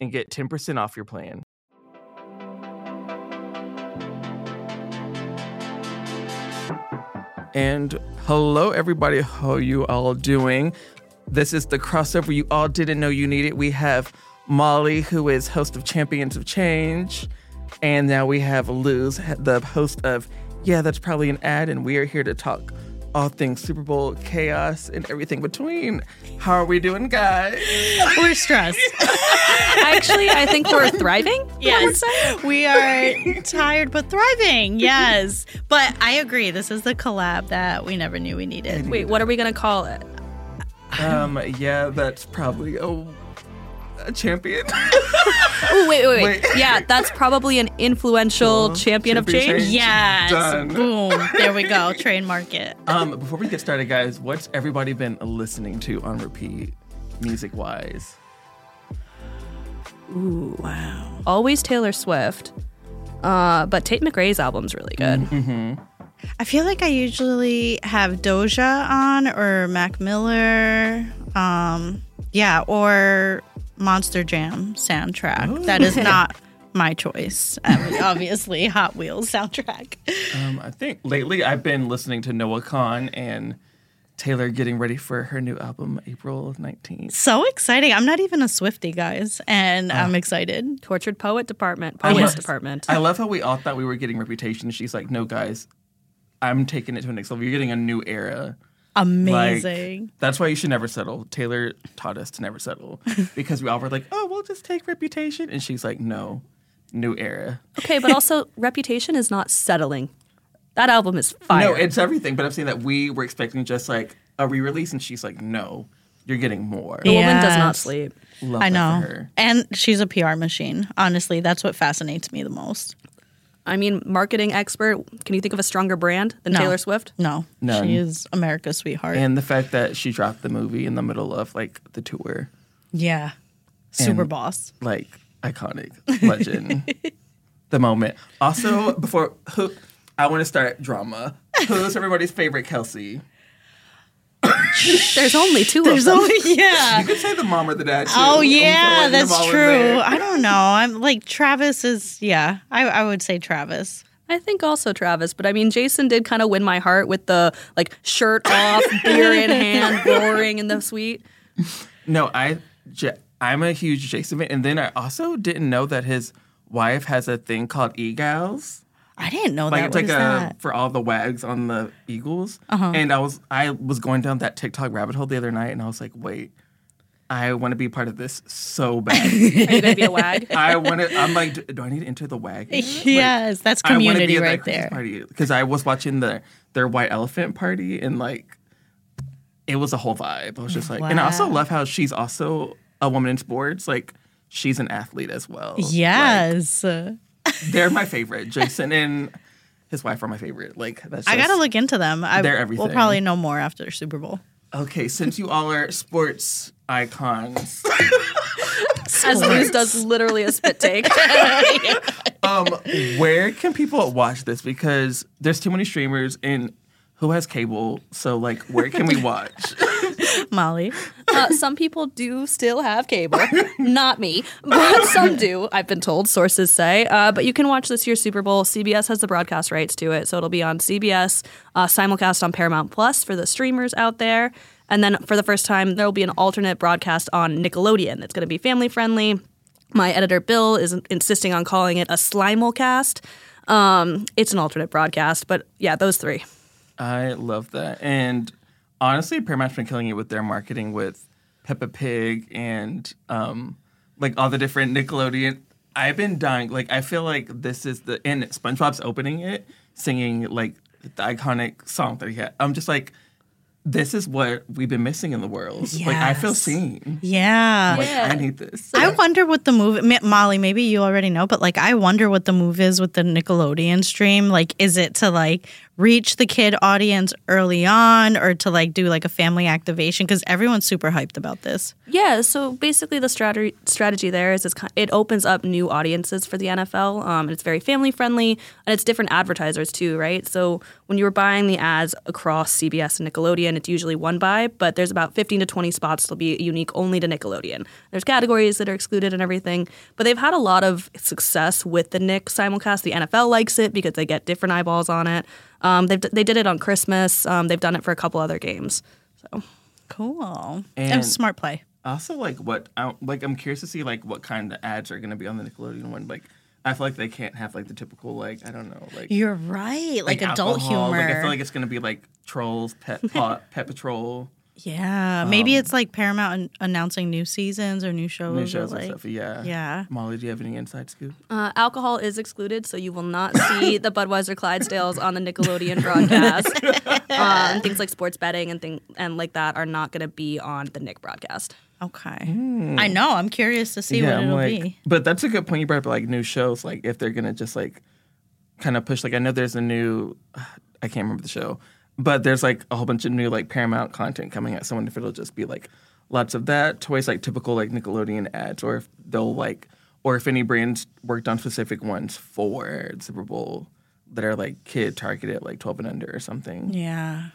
and get 10% off your plan. And hello, everybody. How you all doing? This is the crossover you all didn't know you needed. We have Molly, who is host of Champions of Change, and now we have Luz, the host of Yeah, that's probably an ad, and we are here to talk all things Super Bowl chaos and everything between. How are we doing, guys? We're stressed. Actually, I think we're thriving. Yes. We are tired but thriving. Yes. But I agree. This is the collab that we never knew we needed. Wait, what are we going to call it? Um, yeah, that's probably a, a champion. Oh, wait, wait, wait, Yeah, that's probably an influential Cool. champion of Champion change. change. Yes. Done. Boom. There we go. Trademark it. um, before we get started, guys, what's everybody been listening to on repeat, music wise? Always Taylor Swift. Uh, but Tate McRae's album's really good. I feel like I usually have Doja on or Mac Miller. Um, yeah, or Monster Jam soundtrack. That is not my choice. I mean, obviously, Hot Wheels soundtrack. Um, I think lately I've been listening to Noah Khan and Taylor getting ready for her new album, April 19th. So exciting. I'm not even a Swifty, guys, and I'm excited. Tortured Poet Department, Poets Yes. Department. I love how we all thought we were getting reputation. She's like, no, guys, I'm taking it to the next level. You're getting a new era. Like, Amazing. that's why you should never settle. Taylor taught us to never settle because we all were like, oh, we'll just take reputation. And she's like, no, new era. okay, but also Reputation is not settling. That album is fire. No, it's everything. But I'm saying that we were expecting just like a re release. And she's like, no, you're getting more. the woman does not Yes. sleep. Love I that know. For her. And she's a PR machine. Honestly, that's what fascinates me the most. I mean, marketing expert. Can you think of a stronger brand than No. Taylor Swift? No, None. she is America's sweetheart. And the fact that she dropped the movie in the middle of like the tour, yeah. Super And- boss. like iconic, legend, the moment. Also, before who, I want to start drama. Who's everybody's favorite Kelsey? There's only two of them. Oh, yeah. You could say the mom or the dad. Too. Oh, I'm yeah. throwing them That's all in true. there. I don't know. I'm like, Travis is, yeah, I, I would say Travis. I think also Travis, but I mean Jason did kind of win my heart with the like shirt off, beer in hand, roaring in the suite. No, I, J- I'm a huge Jason fan, and then I also didn't know that his wife has a thing called egals. I didn't know Like that. it's What like a is that? Uh-huh. for all the wags on the Eagles. And I was I was going down that TikTok rabbit hole the other night, and I was like, wait, I want to be part of this so bad. Are you gonna be a wag? I want to. I'm like, do, do I need to enter the wag? Yes, that's community right there. Because I was watching the their white elephant party and like it was a whole vibe. I was just like, and I also Wow. love how she's also a woman in sports. Like she's an athlete as well. Yes. Like, they're my favorite. Jason and his wife are my favorite. Like that's. I got to just- look into them. I, they're We'll everything. probably know more after Super Bowl. Okay, since you all are sports icons, As Luz does literally a spit take. um, where can people watch this? Because there's too many streamers and who has cable? So like, where can we watch? Molly. Uh, some people do still have cable, not me, but some do. I've been told sources say. Uh, but you can watch this year's Super Bowl. CBS has the broadcast rights to it, so it'll be on CBS uh, simulcast on Paramount Plus for the streamers out there. And then for the first time, there will be an alternate broadcast on Nickelodeon. It's going to be family friendly. My editor Bill is insisting on calling it a Slimalcast. Um, it's an alternate broadcast, but yeah, those three. I love that. And honestly, Paramount's been killing it with their marketing with Peppa Pig and um, like all the different Nickelodeon. I've been dying. Like I feel like this is the and SpongeBob's opening it, singing like the iconic song that he had. I'm just like, this is what we've been missing in the world. Like I feel Yes. seen. Yeah. Like I need this. I wonder what the move, Ma- Molly. Maybe you already know, but like, I wonder what the move is with the Nickelodeon stream. Like, is it to like reach the kid audience early on, or to like do like a family activation? Because everyone's super hyped about this. Yeah, so basically the strategy strategy there is it's, ki- it opens up new audiences for the NFL. Um, and it's very family friendly, and it's different advertisers too, right? So when you were buying the ads across CBS and Nickelodeon, it's usually one buy, but there's about 15 to 20 spots that'll be unique only to Nickelodeon. There's categories that are excluded and everything, but they've had a lot of success with the Nick simulcast. The NFL likes it because they get different eyeballs on it. Um, they've, d- they did it on Christmas. Um, they've done it for a couple other games. Cool. And- And smart play. also like what I like I'm curious to see like what kind of ads are gonna be on the Nickelodeon one. Like I feel like they can't have like the typical like I don't know like You're right. Like, adult alcohol. humor. Like I feel like it's gonna be like trolls, pet pot, pet patrol, yeah. Maybe it's like Paramount an- announcing new seasons or new shows. um, new or, shows like, and stuff. Yeah. yeah. Molly, do you have any inside scoop? Uh, alcohol is excluded, so you will not see the Budweiser Clydesdales on the Nickelodeon broadcast. um, things like sports betting and thing and like that are not going to be on the Nick broadcast. Okay. I know. I'm curious to see what I'm it'll like, be. but that's a good point you brought up. Like new shows, like if they're gonna just like kind of push. Like I know there's a new, I can't remember the show, but there's like a whole bunch of new like Paramount content coming out. So I wonder if it'll just be like lots of that, toys like typical like Nickelodeon ads, or if they'll like, or if any brands worked on specific ones for the Super Bowl that are like kid targeted, like 12 and under or something. Yeah.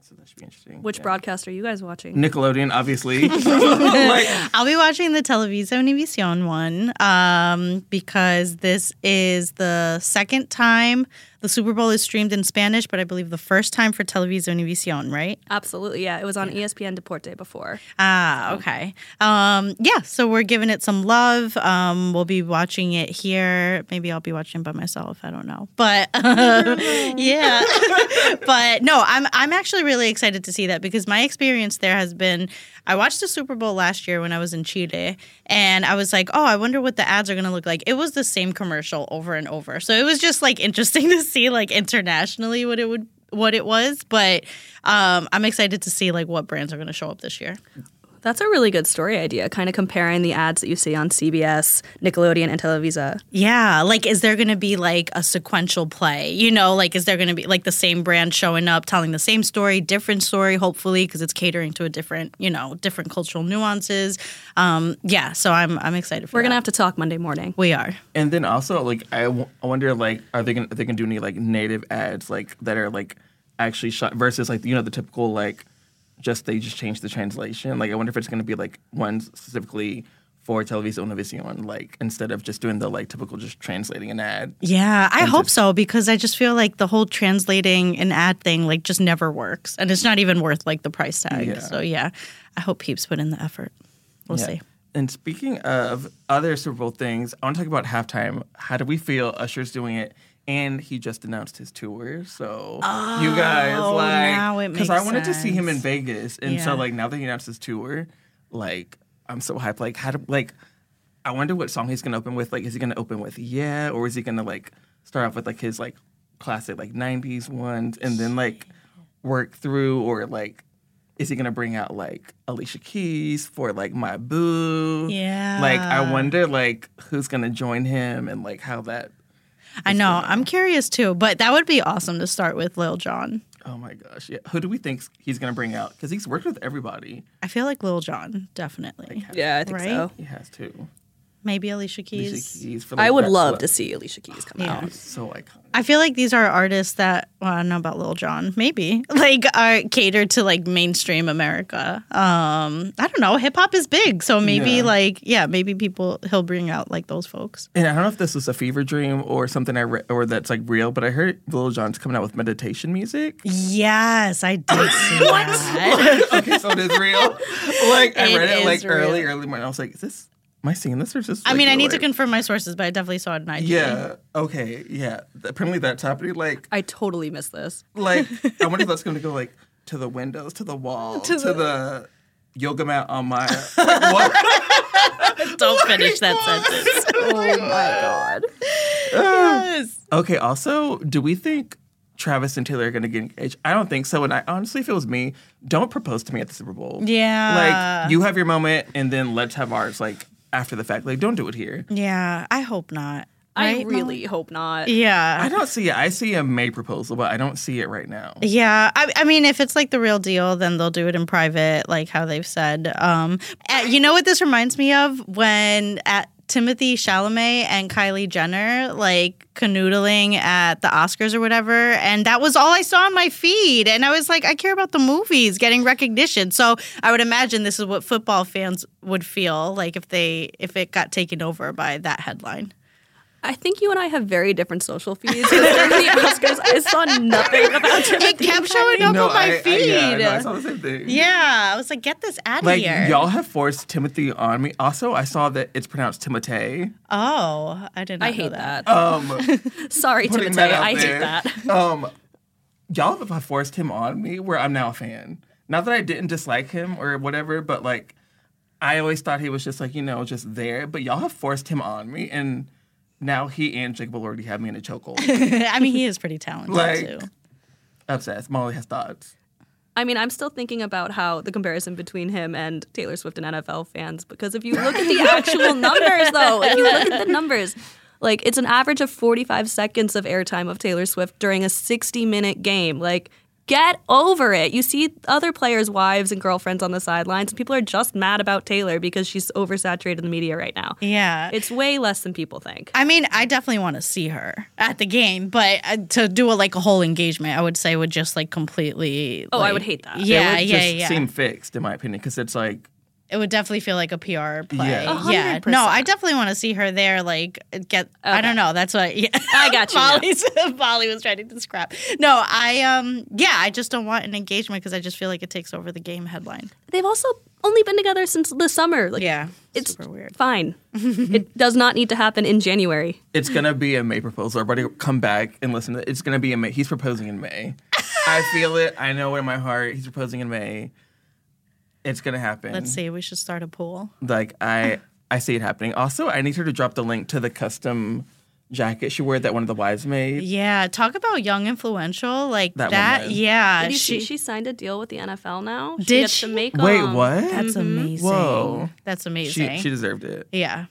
So that should be interesting. Which Yeah. broadcast are you guys watching? Nickelodeon, obviously. like, I'll be watching the Televisa Univision one um, because this is the second time the Super Bowl is streamed in Spanish, but I believe the first time for Televisa Univision, right? Absolutely, yeah. It was on E ESPN Deporte before. Ah, okay. Um, yeah, so we're giving it some love. Um, we'll be watching it here. Maybe I'll be watching by myself. I don't know, but yeah. but no, I'm I'm actually really excited to see that because my experience there has been. I watched the Super Bowl last year when I was in Chile, and I was like, oh, I wonder what the ads are going to look like. It was the same commercial over and over, so it was just like interesting to see like internationally what it would what it was but um, i'm excited to see like what brands are going to show up this year That's a really good story idea. Kind of comparing the ads that you see on CBS, Nickelodeon, and Televisa. Yeah, like is there going to be like a sequential play? You know, like is there going to be like the same brand showing up telling the same story, different story hopefully because it's catering to a different, you know, different cultural nuances. Um yeah, so I'm I'm excited for We're that. gonna have to talk Monday morning. We are. And then also, like, I, w- I wonder, like, are they gonna are they gonna do any like native ads like that are like actually shot versus like you know the typical like just they just change the translation. Like, I wonder if it's gonna be like ones specifically for Televisa Univision, like instead of just doing the like typical just translating an ad. Yeah, I hope so because I just feel like the whole translating an ad thing like just never works and it's not even worth like the price tag. Yeah. So yeah, I hope peeps put in the effort. We'll see. And speaking of other Super Bowl things, I want to talk about halftime. How do we feel Usher's doing it? And he just announced his tour, so you guys Oh, now it like I makes wanted to see him in sense. Vegas, and Yeah. so like now that he announced his tour, like I'm so hyped. Like how do like I wonder what song he's gonna open with. Like is he gonna open with Yeah, or is he gonna like start off with like his like classic like '90s ones, and then like work through or like is he gonna bring out like Alicia Keys for like My Boo? Yeah. Like I wonder like who's gonna join him and like how that. I know. I'm curious too, but that would be awesome to start with Lil Jon. Oh my gosh, yeah. Who do we think he's gonna bring out? Because he's worked with everybody. I feel like Lil Jon, definitely. Yeah, I think Right? so. He has to. Maybe Alicia Keys. Alicia Keys for, like, I would that- love to see Alicia Keys come Yeah. out. So iconic. I feel like these are artists that well, I don't know about Lil Jon, maybe like are catered to like mainstream America. Um, I don't know. Hip hop is big, so maybe Yeah. like yeah, maybe people he'll bring out like those folks. And I don't know if this was a fever dream or something I re- or that's like real, but I heard Lil Jon's coming out with meditation music. Yes, I did see that. okay, so it is real. Like I It read it is like early, real. early morning. I was like, is this am I seeing this or is this? I mean, I need to regular? confirm my sources, but I definitely saw it in IG. Yeah. Okay. Yeah. Apparently that's happening. Like I totally missed this. like I wonder if that's going to go like to the windows, to the wall, to, the, yoga mat on my. what? Don't finish that sentence. Oh my god. yes. Okay. Also, do we think Travis and Taylor are going to get engaged? I don't think so. And I honestly, if it was me, don't propose to me at the Super Bowl. Yeah. Like you have your moment, and then let's have ours. Like after the fact. Like don't do it here. yeah, I hope not. I Right, Molly? really hope not. Yeah. I don't see it. I see a May proposal, but I don't see it right now. Yeah, I, I mean, if it's like the real deal, then they'll do it in private, like how they've said. Um, uh, you know what this reminds me of when at Timothy Chalamet and Kylie Jenner like canoodling at the Oscars or whatever, and that was all I saw on my feed, and I was like, I care about the movies getting recognition, so I would imagine this is what football fans would feel like if they if it got taken over by that headline. I think you and I have very different social feeds. 'cause During the Oscars, I saw nothing about Timothy. It kept showing up on my I, I, feed. yeah, I know, I yeah, saw the same thing. I was like, get this out of Like here. y'all have forced Timothy on me. Also, I saw that it's pronounced Timotei. Oh, I did not I know hate that. that. Um, Sorry, putting Timotei. that out I hate there. that. um, y'all have forced him on me where I'm now a fan. Not that I didn't dislike him or whatever, but like I always thought he was just like, you know, just there. But y'all have forced him on me and now he and Jacob already have me in a chokehold. I mean, he is pretty talented Like- too. Obsessed. Molly has thoughts. I mean, I'm still thinking about how the comparison between him and Taylor Swift and NFL fans, because if you look at the actual numbers, though, if you look at the numbers, like it's an average of 45 seconds of airtime of Taylor Swift during a 60 minute game. Like, get over it. You see other players' wives and girlfriends on the sidelines, and people are just mad about Taylor because she's oversaturated in the media right now. Yeah. It's way less than people think. I mean, I definitely want to see her at the game, but uh, to do a, like a whole engagement, I would say would just like completely. Oh, I like- would hate that. Yeah, it would yeah, just yeah. seem fixed in my opinion because it's like it would definitely feel like a PR play. Yeah. Yeah, A no, 100%. I definitely want to see her there. Like, get. I don't know. That's what. Yeah. I got you now. Molly's, Molly was trying to describe. No, I um, yeah, I just don't want an engagement because I just feel like it takes over the game headline. They've also only been together since the summer. Like, Yeah, It's super weird. fine. it does not need to happen in January. It's gonna be a May proposal. Everybody come back and listen to it. It's gonna be a May. He's proposing in May. I feel it. I know it in my heart. He's proposing in May. It's gonna happen. Let's see. We should start a pool. Like I, I see it happening. Also, I need her to drop the link to the custom jacket she wore that one of the wives made. Yeah, talk about young influential like That that. woman. yeah, Did you she, see she signed a deal with the NFL now? Did gets she? to make um, Wait, them. what? that's amazing. Whoa. That's She amazing. she deserved it. yeah.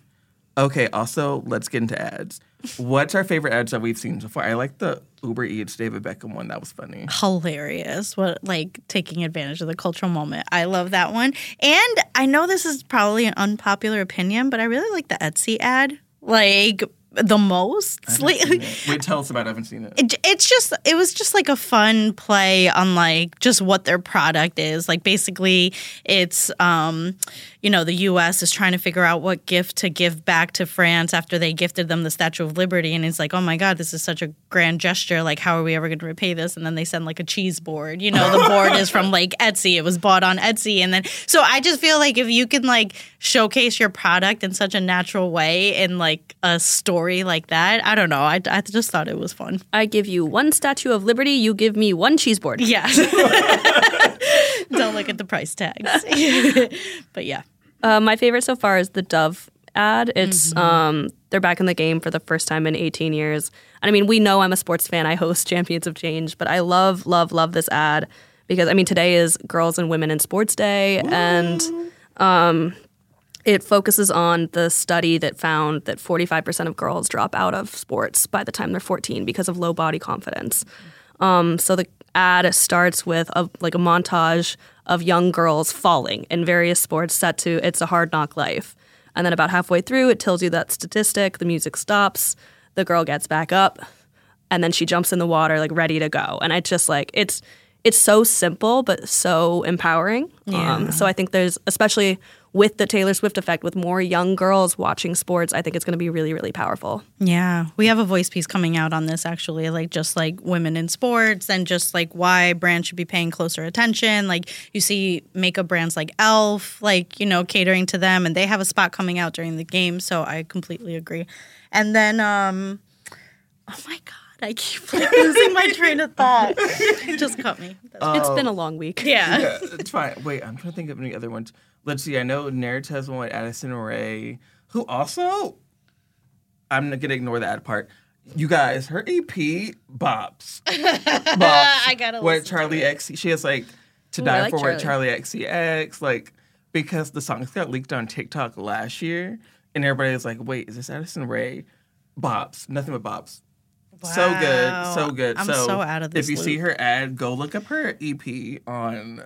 Okay. Also, let's get into ads. What's our favorite ads that we've seen so far? I like the Uber Eats David Beckham one. That was funny. Hilarious. What like taking advantage of the cultural moment. I love that one. And I know this is probably an unpopular opinion, but I really like the Etsy ad. Like the most. Like, Wait, tell us about. it. I haven't seen it. it, it's just it was just like a fun play on like just what their product is like basically it's um you know the us is trying to figure out what gift to give back to france after they gifted them the statue of liberty and it's like oh my god this is such a grand gesture like how are we ever going to repay this and then they send like a cheese board you know the board is from like etsy it was bought on etsy and then so i just feel like if you can like showcase your product in such a natural way in like a story like that i don't know i, I just thought it was fun I give you one Statue of Liberty, you give me one cheese board. yeah. Don't look at the price tags. but yeah. Uh, my favorite so far is the Dove ad. It's um, they're back in the game for the first time in 18 years. And I mean, we know I'm a sports fan. I host Champions of Change, but I love, love, love this ad because I mean, today is Girls and Women in Sports Day, and um, it focuses on the study that found that 45% of girls drop out of sports by the time they're 14 because of low body confidence. Um, so the ad starts with a, like a montage of young girls falling in various sports set to "It's a Hard Knock Life." And then about halfway through, it tells you that statistic. The music stops. The girl gets back up, and then she jumps in the water like ready to go. And I just like it's it's so simple but so empowering. Um, so I think there's especially with the Taylor Swift effect with more young girls watching sports. I think it's going to be really really powerful. Yeah, we have a voice piece coming out on this actually, like just like women in sports and just like why brands should be paying closer attention. Like you see makeup brands like Elf, like you know catering to them, and they have a spot coming out during the game. So I completely agree. And then, um oh my god, I keep like losing my train of thought. just cut me. That's- it's been a long week. yeah. yeah, it's fine. Wait, I'm trying to think of any other ones. Let's see. I know Naird has one with Addison Ray, who also. I'm not gonna ignore that part. You guys, her EP bops. bops. I gotta What listen to Charlie X? She has like to Ooh, I die like for what Charli. Charlie XCX, E like because the songs got leaked on TikTok last year, and everybody was like, "Wait, is this Addison Ray?" Bops, nothing but bops. So good, Wow. so good. I'm so out of this If you see loop. her ad, go look up her EP on.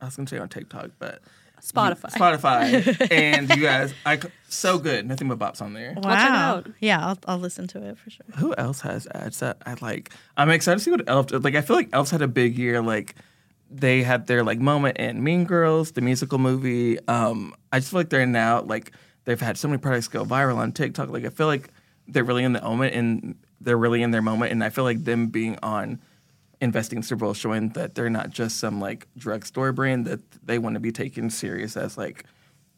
I was gonna say on TikTok, but Spotify. Spotify, and you guys, I c- so good. Nothing but bops on there. Wow. it out. Yeah, I'll, I'll listen to it for sure. Who else has ads that I like? I'm excited to see what Elf. does. Like I feel like Elf's had a big year. Like they had their like moment in Mean Girls, the musical movie. Um, I just feel like they're now like they've had so many products go viral on TikTok. Like I feel like they're really in the moment and they're really in their moment. And I feel like them being on investing in Super Bowl showing that they're not just some like drugstore brand that they want to be taken serious as like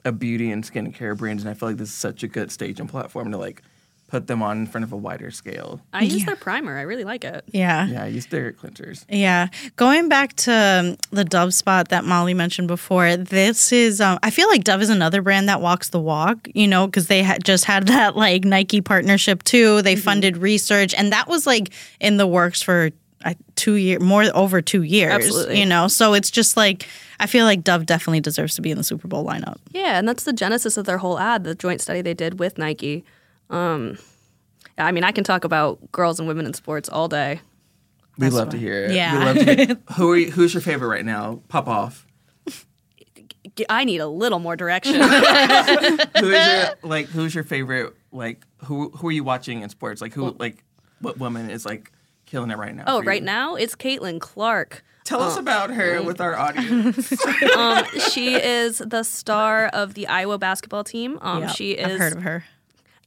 a beauty and skincare brand. And I feel like this is such a good stage and platform to like put them on in front of a wider scale. I use their primer. I really like it. Yeah. Yeah, I use their cleansers. Yeah. Going back to um, the Dove spot that Molly mentioned before, this is, um, I feel like Dove is another brand that walks the walk, you know, because they ha- just had that like Nike partnership too. Mm-hmm. They funded research, and that was like in the works for uh, two year, more over two years, Absolutely. you know. So it's just like, I feel like Dove definitely deserves to be in the Super Bowl lineup. Yeah, and that's the genesis of their whole ad, the joint study they did with Nike. Um, I mean, I can talk about girls and women in sports all day. We love to hear it. Yeah. We love to hear it. Who are you, who's your favorite right now? Pop off. G- I need a little more direction. Who is your like who's your favorite like who who are you watching in sports? Like who like what woman is like killing it right now? oh, for you? right now it's Caitlin Clark. Tell Oh. us about her with our audience. Um, she is the star of the Iowa basketball team. Um, Yep, she is I've heard of her.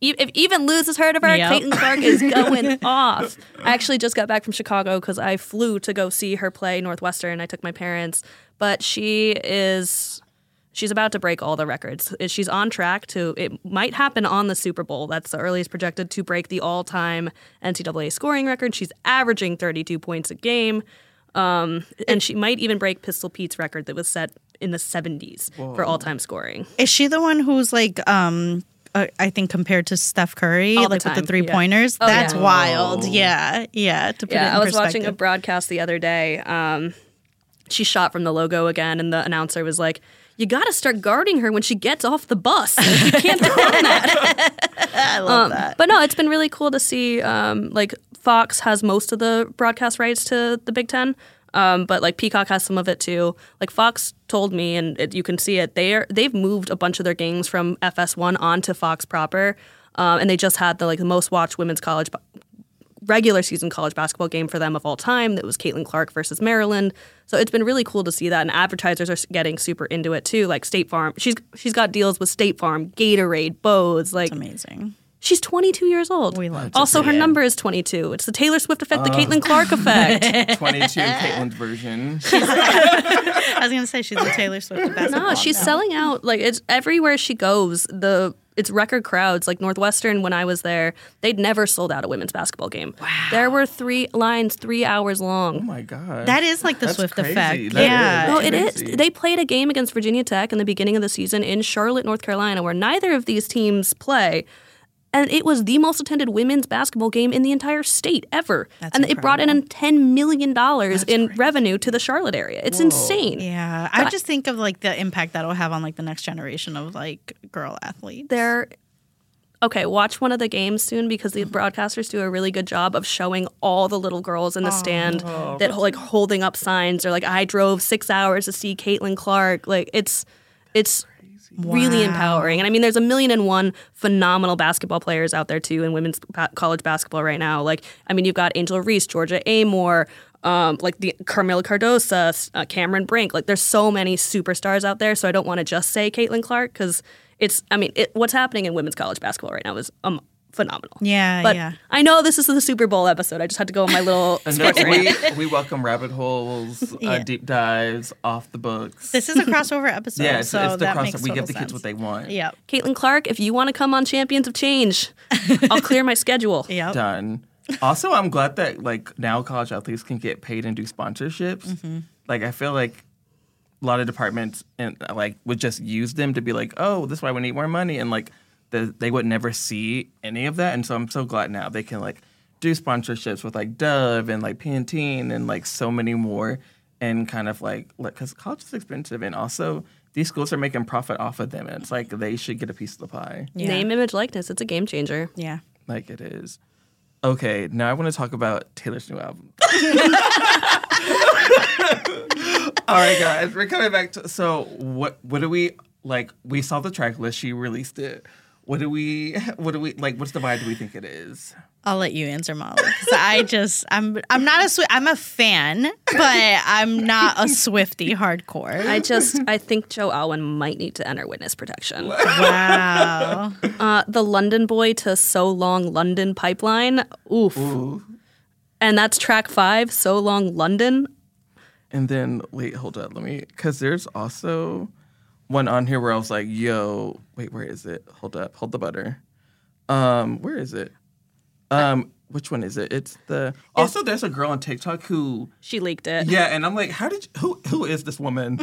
e- if even Luz has heard of her, Yep. Clayton Clark is going off. I actually just got back from Chicago because I flew to go see her play Northwestern. I took my parents, but she is she's about to break all the records. She's on track to it might happen on the Super Bowl. That's the earliest projected to break the all-time NCAA scoring record. She's averaging 32 points a game. Um, and she might even break Pistol Pete's record that was set in the 70s for all-time scoring. Is she the one who's like, um, uh, I think compared to Steph Curry, All the like with time, the three yeah. pointers, Oh, that's yeah. wild. Yeah, yeah. To put it in yeah, I was watching perspective. a broadcast the other day. Um, she shot from the logo again, and the announcer was like, "You got to start guarding her when she gets off the bus. You can't defend that." I love that. Um, But no, it's been really cool to see. Um, like Fox has most of the broadcast rights to the Big Ten. Um, but like Peacock has some of it too. Like Fox told me, and it, you can see it. They are they've moved a bunch of their games from FS1 onto Fox proper, um, and they just had the like the most watched women's college bo- regular season college basketball game for them of all time that was Caitlin Clark versus Maryland. So it's been really cool to see that, and advertisers are getting super into it too. Like State Farm, she's she's got deals with State Farm, Gatorade, Bose. Like Amazing. she's 22 years old. We love Oh. also, her number is 22. It's the Taylor Swift effect, the Caitlin Clark effect. Twenty two Caitlin's version. Oh I was gonna say she's a Taylor Swift of basketball. no, she's selling out. Like it's everywhere she goes. The it's record crowds. Like Northwestern, when I was there, they'd never sold out a women's basketball game. Wow. There were three lines, three hours long. Oh my god. That is like the That's Swift crazy. effect. That yeah. No, is. it is. Crazy. They played a game against Virginia Tech in the beginning of the season in Charlotte, North Carolina, where neither of these teams play. And it was the most attended women's basketball game in the entire state ever. and it brought in $10 million in revenue to the Charlotte area. It's insane. Yeah. I just think of like the impact that'll have on like the next generation of like girl athletes. They're. Okay, watch one of the games soon because the broadcasters do a really good job of showing all the little girls in the stand that like holding up signs. They're like, "I drove six hours to see Caitlin Clark." Like it's, it's really Wow. empowering. And I mean, there's a million and one phenomenal basketball players out there too in women's ba- college basketball right now. Like, I mean, you've got Angel Reese, Georgia Amore, um, like the Carmela Cardosa, s- uh, Cameron Brink. Like, there's so many superstars out there. So I don't want to just say Caitlin Clark because it's. I mean, it, what's happening in women's college basketball right now is um phenomenal. Yeah, But yeah. I know this is the Super Bowl episode. I just had to go on my little And sports then rant. we, we welcome rabbit holes, uh, deep dives, off the books. This is a crossover episode, yeah, it's, so it's the that cross makes we total give the kids sense. what they want. Yep. Caitlin Clark, if you want to come on Champions of Change, I'll clear my schedule. Yep. Done. Also, I'm glad that like now college athletes can get paid and do sponsorships. Like I feel like a lot of departments and like would just use them to be like, oh, this is why we need more money, and like the, they would never see any of that. And so I'm so glad now they can like do sponsorships with like Dove and like Pantene and like so many more, and kind of like because college is expensive, and also these schools are making profit off of them, and it's like they should get a piece of the pie Yeah. Name, image, likeness. It's a game changer. Yeah. like it is. Okay, now I want to talk about Taylor's new album. All right, guys, we're coming back to. So, what what do we like? We saw the track list. She released it. What do we? What do we like? What's the vibe? Do we think it is? I'll let you answer, Molly. 'cause I just I'm I'm not a Swi- I'm a fan, but I'm not a Swifty hardcore. I just, I think Joe Alwyn might need to enter witness protection. wow. Uh, the London Boy to So Long London Pipeline. Oof. And that's track five, So Long London. And then wait, hold up, let me. Because there's also one on here where I was like, "Yo, wait, where is it? Hold up, hold the butter. Um, where is it? Um, which one is it? It's the. Also, there's a girl on TikTok who She leaked it. Yeah, and I'm like, how did you, who who is this woman?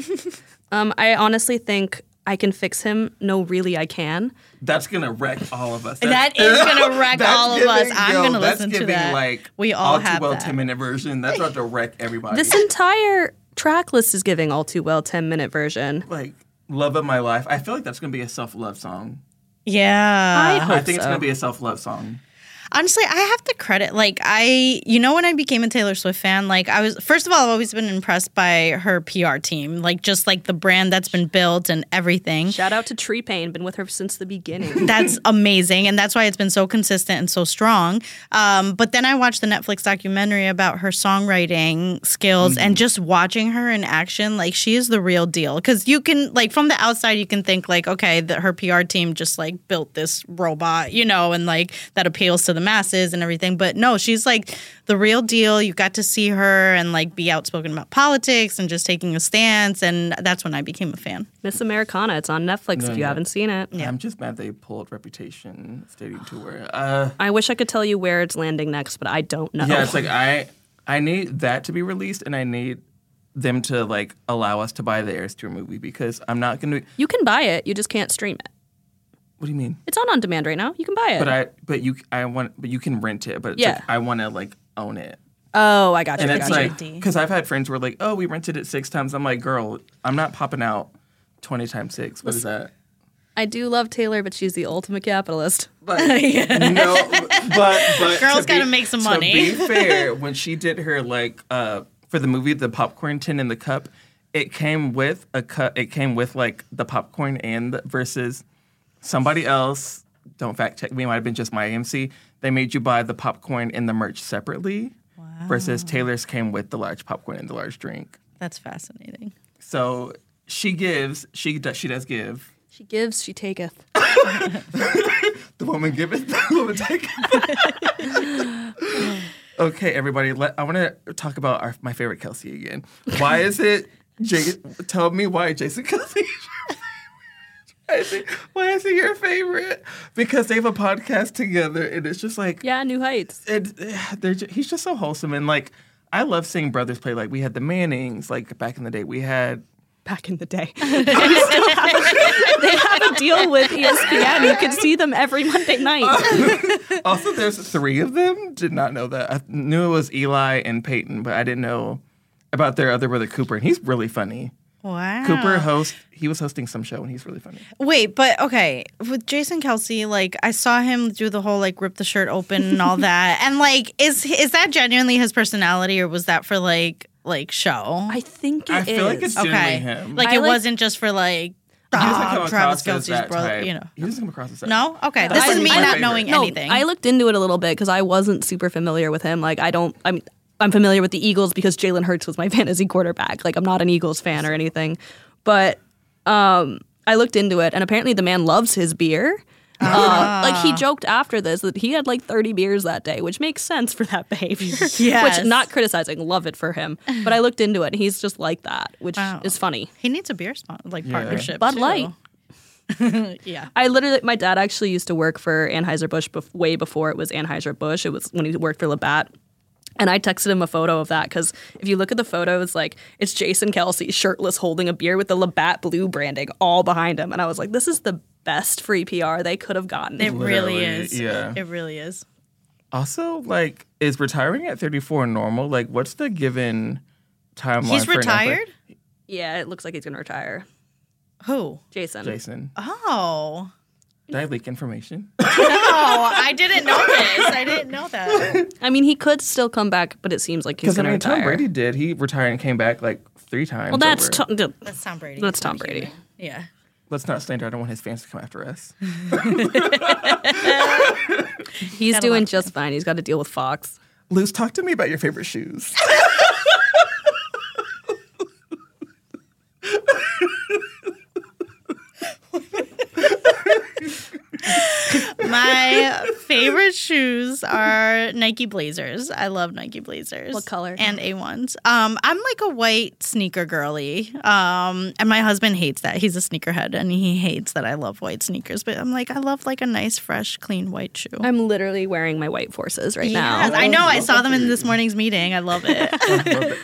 Um, I honestly think I can fix him. No, really, I can. That's gonna wreck all of us. That is gonna wreck that's all of us. I'm yo, gonna that's listen to giving, that. Like we all too have well that. ten minute version. That's about to wreck everybody. This entire track list is giving all too well 10 minute version. like love of my life. I feel like that's gonna be a self love song. Yeah. I think it's gonna be a self love song. Honestly, I have to credit. Like, I, you know, when I became a Taylor Swift fan, like, I was, first of all, I've always been impressed by her PR team, like, just like the brand that's been built and everything. Shout out to Tree Pain, been with her since the beginning. That's amazing. And that's why it's been so consistent and so strong. Um, but then I watched the Netflix documentary about her songwriting skills Mm-hmm. and just watching her in action. Like, she is the real deal. Cause you can, like, from the outside, you can think, like, okay, that her PR team just, like, built this robot, you know, and, like, that appeals to the masses and everything. But no, she's, like, the real deal. You got to see her and, like, be outspoken about politics and just taking a stance. And that's when I became a fan. Miss Americana, it's on Netflix if you haven't seen it. I'm just mad they pulled Reputation Stadium Tour. Uh, I wish I could tell you where it's landing next, but I don't know. Yeah, it's Oh. like I I need that to be released, and I need them to like allow us to buy the Air Tour movie because I'm not gonna. you can buy it, you just can't stream it. What do you mean? It's on on demand right now. You can buy it. But I, but you, I want, but you can rent it. But it's Yeah. like, I want to like own it. oh, I got you. And I it's got you. like, because I've had friends who are like, oh, we rented it six times. I'm like, girl, I'm not popping out twenty times six. What is that? I do love Taylor, but she's the ultimate capitalist. But no, but but Girl's to gotta be- make some To money. be fair, when she did her like uh for the movie, the popcorn tin and the cup, it came with a cup. It came with like the popcorn and the, versus somebody else. Don't fact check me. It might have been just my AMC. They made you buy the popcorn and the merch separately. Versus Taylor's came with the large popcorn and the large drink. That's fascinating. So she gives. She does. She does give. She gives, she taketh. The woman giveth, the woman taketh. okay, everybody. Let, I want to talk about our, my favorite Kelsey again. Why is it? J- tell me why Jason Kelsey. is your favorite. Why is he- Why is he your favorite? Because they have a podcast together, and it's just like Yeah, New Heights. it, they're ju- he's just so wholesome and like I love seeing brothers play. Like we had the Mannings, like back in the day. We had Back in the day. they, still have a, they have a deal with E ESPN. You can see them every Monday night. also there's three of them. Did not know that. I knew it was Eli and Peyton, but I didn't know about their other brother Cooper, and he's really funny. Wow. Cooper host. He was hosting some show, and he's really funny. Wait, but okay, with Jason Kelsey, like I saw him do the whole like rip the shirt open and all that, and like is is that genuinely his personality or was that for like like show? I think it I feel like it's is. genuinely okay, him. like I it like- wasn't just for like doesn't Oh, come Travis across as Kelce's that brother, type. you know. He doesn't come across as that. No? Okay. This I- is me my not favorite. knowing No, anything. Oh, I looked into it a little bit because I wasn't super familiar with him. Like I don't. I mean, I'm familiar with the Eagles because Jalen Hurts was my fantasy quarterback. Like I'm not an Eagles fan or anything, but um, I looked into it, and apparently the man loves his beer. Ah. Uh, like he joked after this that he had like 30 beers that day, which makes sense for that behavior. Yes. Which not criticizing, love it for him. But I looked into it, and he's just like that, which Wow. is funny. he needs a beer spot, like partnership. Bud too. Light. yeah. I literally, my dad actually used to work for Anheuser Busch bef- way before it was Anheuser Busch. It was when he worked for Labatt. And I texted him a photo of that because if you look at the photo, it's like it's Jason Kelsey shirtless holding a beer with the Labatt Blue branding all behind him. And I was like, this is the best free PR they could have gotten. It really Literally, is. yeah. It really is. Also, like, is retiring at 34 normal? Like, what's the given timeline? He's for an athlete? retired? yeah, it looks like he's going to retire. Who? Jason. Jason, Oh. did I leak information? Oh, I didn't know this. I didn't know that. I mean, he could still come back, but it seems like he's Because I going to mean, Tom retire. Brady did. He retired and came back like three times. well, that's over. Tom, dude, That's Tom Brady. that's Tom Brady. Yeah. Let's not slander. I don't want his fans to come after us. He's doing just fine. He's got to deal with Fox. Luz, talk to me about your favorite shoes. My favorite shoes are Nike Blazers. I love Nike Blazers. What color? And A1s. Um, I'm like a white sneaker girly. Um, and my husband hates that. He's a sneakerhead and he hates that I love white sneakers. But I'm like, I love like a nice, fresh, clean white shoe. I'm literally wearing my white forces right now. Yes, I know. I saw them in this morning's meeting. I love it.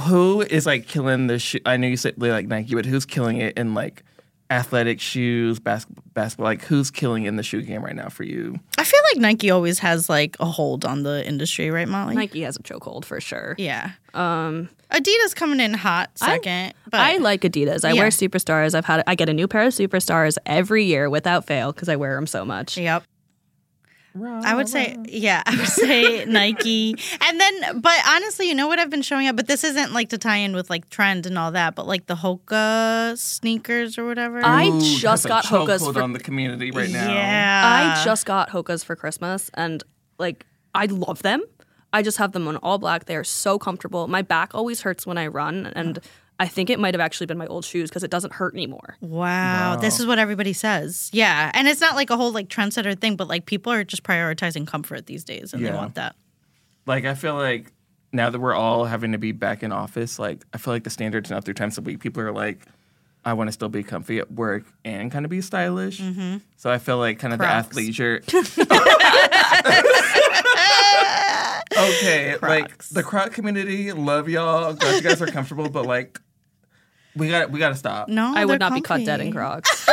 Who is like killing the shoe? I know you said like Nike, but who's killing it in like athletic shoes, bas- basketball? Like, who's killing in the shoe game right now for you? I feel like Nike always has like a hold on the industry, right, Molly? Nike has a chokehold for sure. yeah. Um, Adidas coming in hot second. but I like Adidas. I Yeah. wear Superstars. I've had I get a new pair of Superstars every year without fail because I wear them so much. Yep. I would say, yeah, I would say Nike. And then, but honestly, you know what I've been showing up? But this isn't like to tie in with like trend and all that, but like the Hoka sneakers or whatever. I Ooh, just got that's a Hoka's chokehold for on the community right now. yeah. I just got Hoka's for Christmas and like I love them. I just have them on all black. They are so comfortable. My back always hurts when I run and I think it might have actually been my old shoes because it doesn't hurt anymore. Wow, this is what everybody says. Yeah. And it's not like a whole like trendsetter thing, but like people are just prioritizing comfort these days and they Yeah. want that. Like, I feel like now that we're all having to be back in office, like, I feel like the standards now three times a week, people are like, I want to still be comfy at work and kind of be stylish. So I feel like kind of Mm-hmm. Crocs. the athleisure. okay, like Crocs. the Croc community, love y'all. Glad you guys are comfortable, but like, we got we got to stop. No, I Oh, they're would not be caught comfy. dead in Crocs.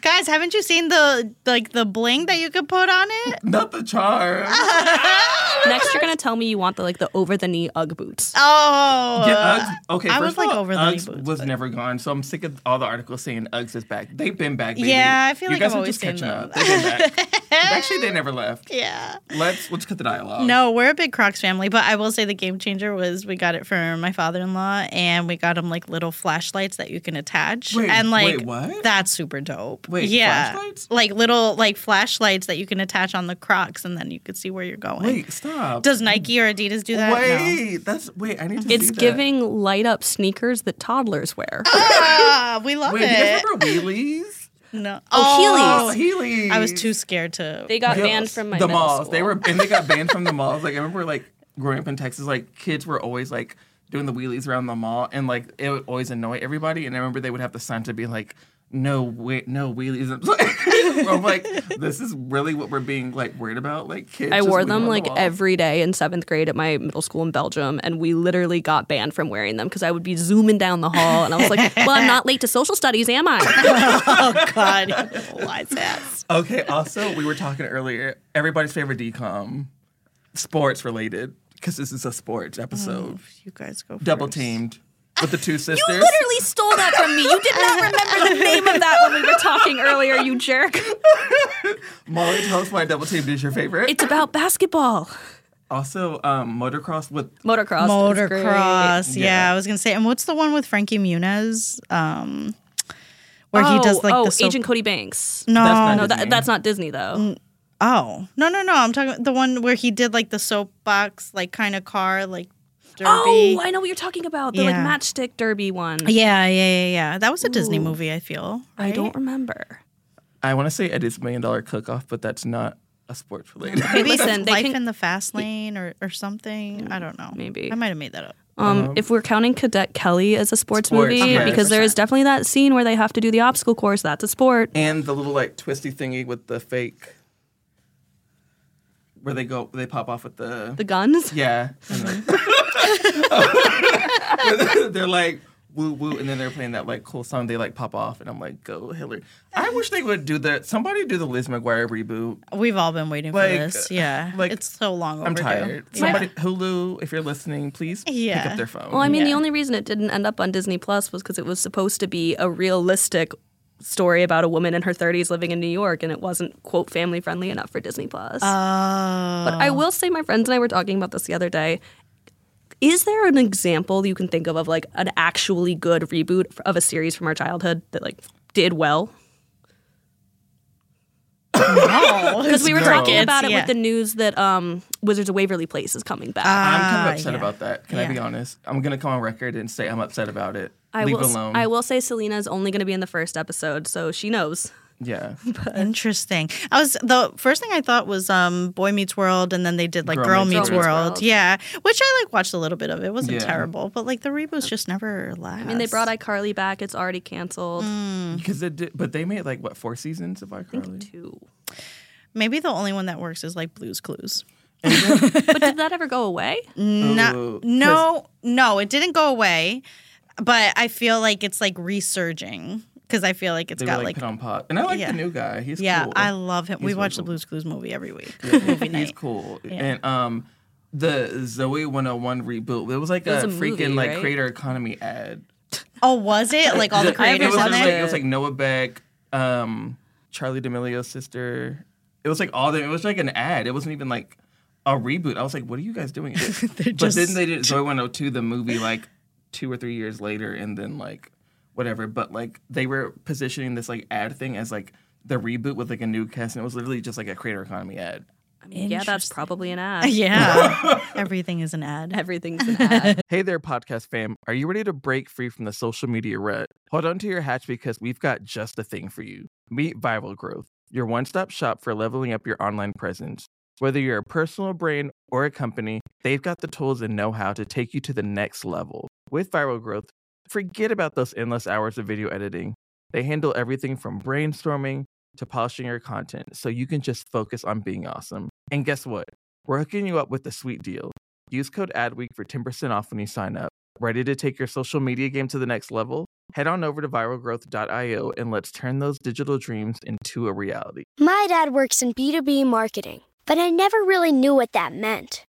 Guys, haven't you seen the like the bling that you could put on it? Not the charm. Next, you're gonna tell me you want the like the over the knee UGG boots. Oh, Yeah, Uggs. Okay, I first was, like, of all, over the knee Uggs boots, was never gone, so I'm sick of all the articles saying Uggs is back. They've been back. Baby. Yeah, I feel you like guys I've are just catching always seen up. They've been back. Actually, they never left. yeah. Let's let's cut the dialogue. No, we're a big Crocs family, but I will say the game changer was we got it for my father in law, and we got him like little flashlights that you can attach, Wait, and like wait, what? that's super dope. Wait, yeah, flashlights? like little like flashlights that you can attach on the Crocs, and then you could see where you're going. wait, stop. Does Nike or Adidas do that? No. wait, that's wait. I need to. It's see that. giving light up sneakers that toddlers wear. Ah, we love Wait, do you guys it. remember wheelies? No. Oh, Oh, Heelys. I was too scared to. They got Yeah, banned from my the middle malls. school. They were and they got banned from the malls. Like I remember, like growing up in Texas, like kids were always like doing the wheelies around the mall, and like it would always annoy everybody. And I remember they would have the sign to be like, "No, wait, no wheelies." I'm like, this is really what we're being like worried about. Like kids, I just wore wheeling them on the like mall. every day in seventh grade at my middle school in Belgium, and we literally got banned from wearing them because I would be zooming down the hall, and I was like, "Well, I'm not late to social studies, am I?" oh God, wise ass. Okay. Also, we were talking earlier. Everybody's favorite decom, sports related, because this is a sports episode. You guys go Double first. teamed with the two sisters. Oh, you literally stole that from me. You did not remember the name of that when we were talking earlier, you jerk. Molly, tell us why double teamed is your favorite. It's about basketball, Also, um, motocross with motocross, is great. Motocross. Yeah. Yeah. I was gonna say. And what's the one with Frankie Muniz? Um, where oh, he does like oh, the Mm, soap- Agent Cody Banks. No, not no, Disney. that, that's not Disney though. Oh no no no! I'm talking about the one where he did like the soapbox like kind of car like derby. Oh, I know what you're talking about. The Yeah. like matchstick derby one. yeah yeah yeah yeah. That was a Disney movie. I feel. I right? don't remember. I want to say Eddie's Million Dollar Cook Off, but that's not a sports related. Hey, Maybe it's listen, they Life can- in the Fast Lane or, or something. I don't know. Maybe. I might have made that up. Um, if we're counting Cadet Kelly as a sports, Sports, movie, yes. because there is definitely that scene where they have to do the obstacle course. That's a sport. and the little like twisty thingy with the fake, where they go, they pop off with the, The guns. yeah. and Mm-hmm. the- they're like woo woo, and then they're playing that like cool song. They like pop off, and I'm like, go Hillary. I wish they would do that. Somebody do the Liz McGuire reboot. We've all been waiting Like, for this. Yeah, like, it's so long overdue. I'm tired. Somebody Hulu, if you're listening, please pick Yeah. up their phone. Well, I mean, the Yeah. only reason it didn't end up on Disney Plus was because it was supposed to be a realistic story about a woman in her 30s living in New York, and it wasn't quote family friendly enough for Disney Plus. Uh, But I will say, my friends and I were talking about this the other day. Is there an example you can think of of like an actually good reboot f- of a series from our childhood that like did well? Because we were No. talking about it Yeah. with the news that um, Wizards of Waverly Place is coming back. I'm kind Ah, of upset yeah. about that. Can I be Yeah. honest? I'm gonna come on record and say I'm upset about it. I Leave will, it s- alone. I will say Selena's only going to be in the first episode, so she knows. Yeah. Interesting. I was the first thing I thought was um Boy Meets World, and then they did like Girl, Meets, World. Yeah, which I like watched a little bit of. It wasn't Yeah. terrible, but like the reboots just never last. I mean, they brought iCarly back. It's already canceled. Because it did, but they made like what four seasons of Mm. iCarly. Two. Maybe the only one that works is like Blue's Clues. But did that ever go away? Ooh, No, no, no, it didn't go away, but I feel like it's like resurging because I feel like it's They were got like, like, put on pop, and I like Yeah. the new guy. He's yeah, cool. I love him. He's we really watch the cool. Blue's Clues movie every week. He's movie night. cool. And um, the Zoe 101 reboot. It was like was a, a freaking movie, like right? creator economy ad. Oh, was it like all the I it creators was on just, there? like, it was like Noah Beck, um, Charlie D'Amelio's sister. It was like all the. It was like an ad. It wasn't even like a reboot. I was like, what are you guys doing? but then just- they did Zoe 102, the movie, like two or three years later, and then like whatever. But like they were positioning this like ad thing as like the reboot with like a new cast, and it was literally just like a creator economy ad. I mean, yeah, that's probably an ad. yeah, everything is an ad. Everything's an ad. Hey there, podcast fam. Are you ready to break free from the social media rut? Hold on to your hatch because we've got just the thing for you. Meet Viral Growth, your one stop shop for leveling up your online presence. Whether you're a personal brand or a company, they've got the tools and know how to take you to the next level. With Viral Growth, forget about those endless hours of video editing. They handle everything from brainstorming to polishing your content so you can just focus on being awesome. And guess what? We're hooking you up with a sweet deal. Use code ADWEEK for 10% off when you sign up. Ready to take your social media game to the next level? Head on over to viralgrowth.io and let's turn those digital dreams into a reality. My dad works in B2B marketing, but I never really knew what that meant.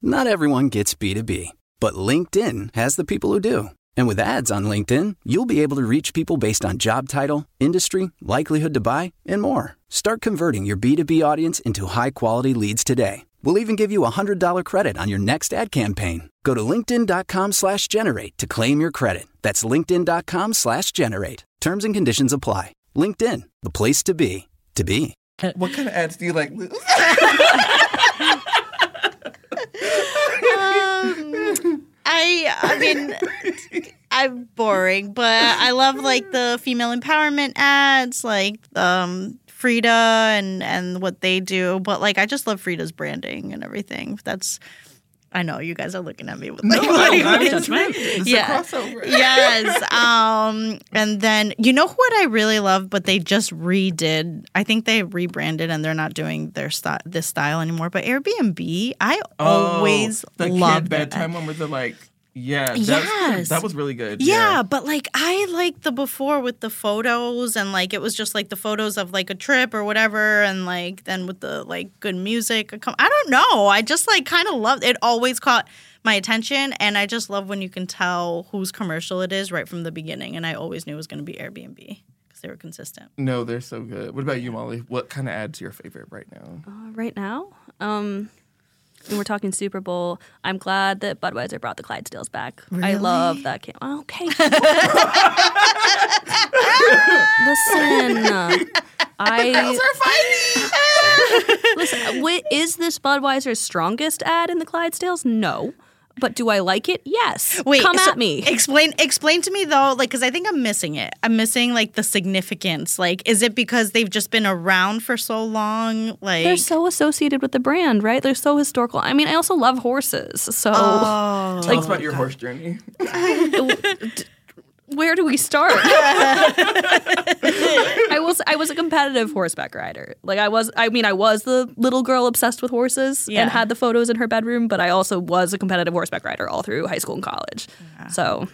Not everyone gets B2B, but LinkedIn has the people who do. And with ads on LinkedIn, you'll be able to reach people based on job title, industry, likelihood to buy, and more. Start converting your B2B audience into high quality leads today. We'll even give you a $100 credit on your next ad campaign. Go to linkedin.com slash generate to claim your credit. That's linkedin.com slash generate. Terms and conditions apply. LinkedIn, the place to be, to be. What kind of ads do you like? Um, I I mean I'm boring, but I love like the female empowerment ads, like um Frida and and what they do. But like I just love Frida's branding and everything. That's I know you guys are looking at me with like, not like- judgment. It's a Yeah. crossover. yes. Um, and then you know what I really love, but they just redid. I think they rebranded and they're not doing their sty this style anymore. But Airbnb, I Oh, always the love kid bedtime one where they're like, Yeah. That's, Yes. That was really good. Yeah, but like I liked the before with the photos and like it was just like the photos of like a trip or whatever and like then with the like good music. accom- I don't know. I just like kind of loved it always caught my attention and I just love when you can tell whose commercial it is right from the beginning and I always knew it was going to be Airbnb because they were consistent. No, they're so good. What about you, Molly? What kind of ad's your favorite right now? Uh, right now, um, and we're talking Super Bowl. I'm glad that Budweiser brought the Clydesdales back. I love that can. Oh, okay. listen, I listen. uh, Wi- is this Budweiser's strongest ad in the Clydesdales? No. But do I like it? Yes. come so at me. Explain explain to me though, like because I think I'm missing it. I'm missing like the significance. Like, is it because they've just been around for so long? Like, They're so associated with the brand, right? They're so historical. I mean, I also love horses. So Oh. Tell us about your horse journey. where do we start? I was I was a competitive horseback rider. Like I was I mean I was the little girl obsessed with horses Yeah. and had the photos in her bedroom, but I also was a competitive horseback rider all through high school and college. So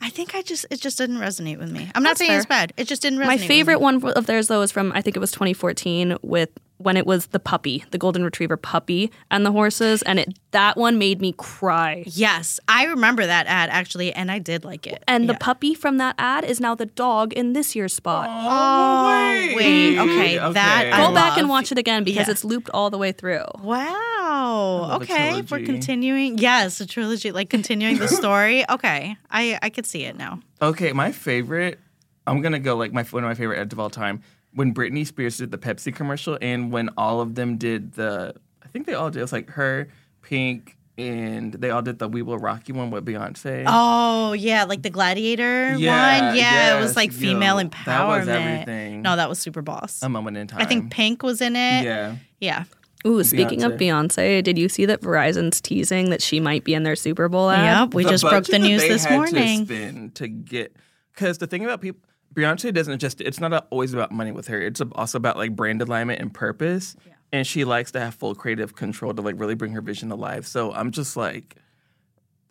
I think I just it just didn't resonate with me. I'm not saying it's bad. It just didn't resonate. my with favorite one of theirs though is from I think it was 2014 with when it was the puppy, the golden retriever puppy and the horses and it that one made me cry. me. Yes, I remember that ad actually, and I did like it. And the puppy from that ad is now the dog in this year's spot. oh wait, okay, that I Go back and love. watch it again because Yeah. it's looped all the way through. Wow. love a Okay, we're trilogy. continuing. Yes, a trilogy, like continuing the story. Okay, I I could see it now. Okay, my favorite. I'm gonna go like my one of my favorite ads of all time. When Britney Spears did the Pepsi commercial, and when all of them did the, I think they all did. It was like her, Pink, and they all did the "We Will Rock You" one with Beyonce. Oh yeah, like the gladiator Yeah, one. Yeah, it was yes, like female yo, empowerment. that was everything. No, that was super boss. a moment in time. I think Pink was in it. Yeah. Yeah. Ooh, speaking of Beyonce, did you see that Verizon's teasing that she might be in their Super Bowl ad? Yep, we the just broke budget the that news they this had morning. To spend to get because the thing about people, Beyonce doesn't just. It's not always about money with her. It's also about like brand alignment and purpose. And she likes to have full creative control to like really bring her vision to life. So I'm just like,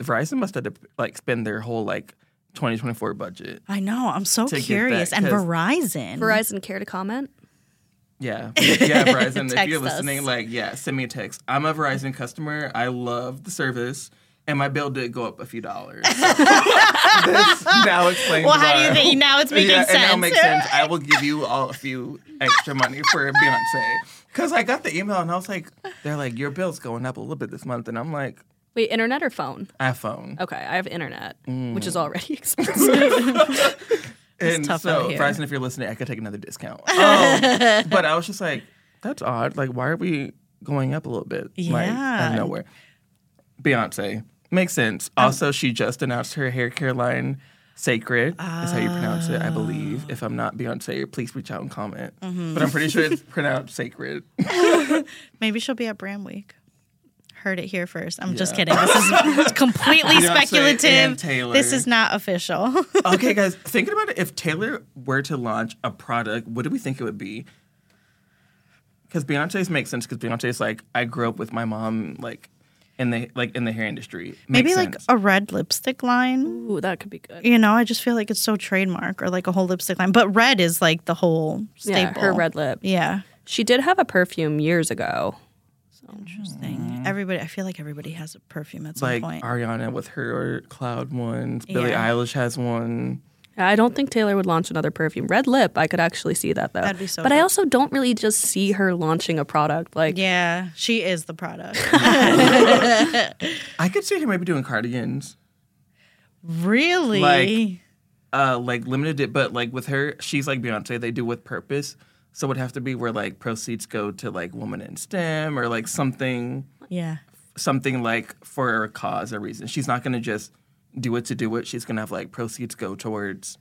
Verizon must have to like spend their whole like 2024 budget. I know. I'm so To get that, curious. And 'cause- Verizon. Verizon, care to comment? Yeah, yeah, Verizon. if Text you're us. listening, like, yeah, send me a text. I'm a Verizon customer. I love the service, and my bill did go up a few dollars. So this now explains. Well, how do you why. think now it's making yeah, sense? and that'll make sense. I will give you all a few extra money for Beyonce. Because I got the email and I was like, they're like, your bill's going up a little bit this month. And I'm like, Wait, internet or phone? iPhone. Okay, I have internet, which is already expensive. and tough so, out here. Verizon, if you're listening, I could take another discount. Um, but I was just like, that's odd. Like, why are we going up a little bit? Like, out Yeah. Um, of nowhere. Beyonce. Makes sense. Also, she just announced her hair care line, Sacred, is how you pronounce it, I believe. Ah. If I'm not Beyonce, please reach out and comment. Mm-hmm. But I'm pretty sure it's pronounced Sacred. Maybe she'll be at Bram Week. Heard it here first. I'm just kidding. This is completely Beyonce and speculative. Taylor. This is not official. okay, guys, thinking about it, if Taylor were to launch a product, what do we think it would be? Because Beyonce's makes sense. Because Beyonce's like, I grew up with my mom, like in the like in the hair industry. Maybe Makes like sense. a red lipstick line. Ooh, that could be good. You know, I just feel like it's so trademark or like a whole lipstick line. But red is like the whole Yeah, staple. her red lip. Yeah. She did have a perfume years ago. Interesting. Everybody, I feel like everybody has a perfume at some Mm-hmm. like point. Ariana with her cloud ones. Billie Eilish has one. I don't think Taylor would launch another perfume. Red lip, I could actually see that though. That'd be so But I dope. also don't really just see her launching a product like yeah, she is the product. I could see her maybe doing cardigans, really? Like- uh, like limited, it, but like with her, she's like Beyonce. They do with purpose. So it would have to be where like proceeds go to like women in STEM or like something. yeah. something like for a cause or reason. She's not going to just do it to do it. She's going to have like proceeds go towards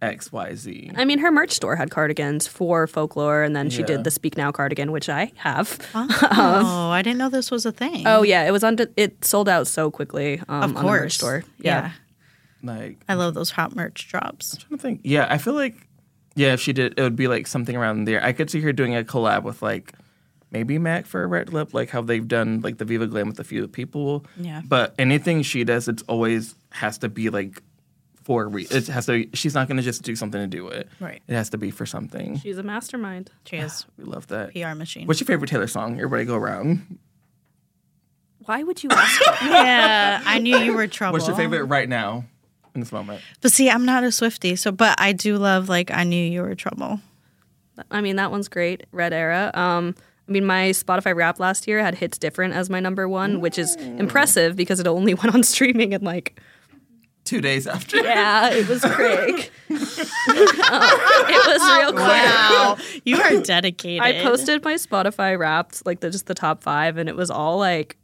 X, Y, Z. I mean, her merch store had cardigans for folklore, and then she did the Speak Now cardigan, which I have. Oh, I didn't know this was a thing. Um, Oh yeah, it was under. It sold out so quickly um, of course. on the merch store. Yeah. Like, I I'm love those hot merch drops. trying to think. Yeah, I feel like, yeah, if she did, it would be like something around there. I could see her doing a collab with like maybe Mac for a red lip, like how they've done like the Viva Glam with a few people. Yeah. But anything she does, it's always has to be like for a re- it has to. She's not gonna just do something to do it. Right. It has to be for something. She's a mastermind. She is We love that. PR machine. What's your favorite Taylor song? Everybody go around. Why would you ask her? yeah, I knew you were trouble. What's your favorite right now in this moment? But see, I'm not a Swifty, so but I do love like I knew you were trouble. I mean, that one's great. Red Era. Um, I mean, my Spotify rap last year had Hits Different as my number one, which is impressive because it only went on streaming in like, Two days after. yeah, it was quick. Um, it was real quick. Wow, you are dedicated. I posted my Spotify Wrapped, like the, just the top five, and it was all like,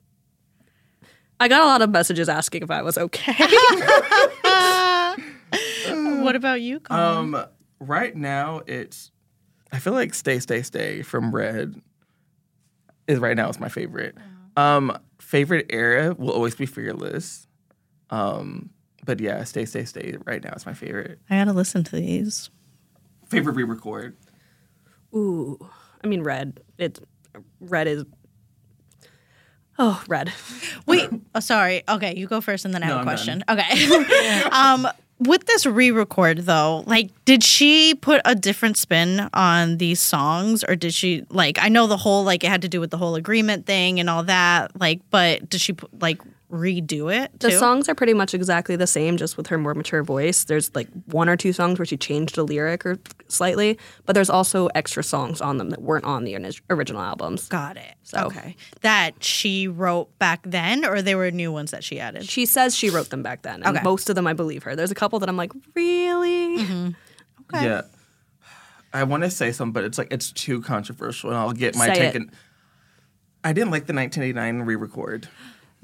I got a lot of messages asking if I was okay. What about you, Colin? Um, right now it's. I feel like "Stay, Stay, Stay" from Red is right now is my favorite. Um, favorite era will always be "Fearless," um, but yeah, "Stay, Stay, Stay" right now is my favorite. I gotta listen to these. Favorite re-record. Ooh, I mean, red. It's red is. Oh, red. Wait, oh, sorry. Okay, you go first, and then I have No, a I'm question. Okay. um, with this re-record though, like, did she put a different spin on these songs, or did she like? I know the whole like it had to do with the whole agreement thing and all that. Like, but did she put, like redo it? The too? songs are pretty much exactly the same, just with her more mature voice. There's like one or two songs where she changed a lyric or slightly, but there's also extra songs on them that weren't on the orig- original albums. Got it. So- Okay. That she wrote back then, or they were new ones that she added? She says she wrote them back then, and Okay. most of them I believe her. There's a couple that I'm like, really? Mm-hmm. Okay. Yeah, I want to say something, but it's like it's too controversial, and I'll get my Say take. it. in- I didn't like the 1989 re-record.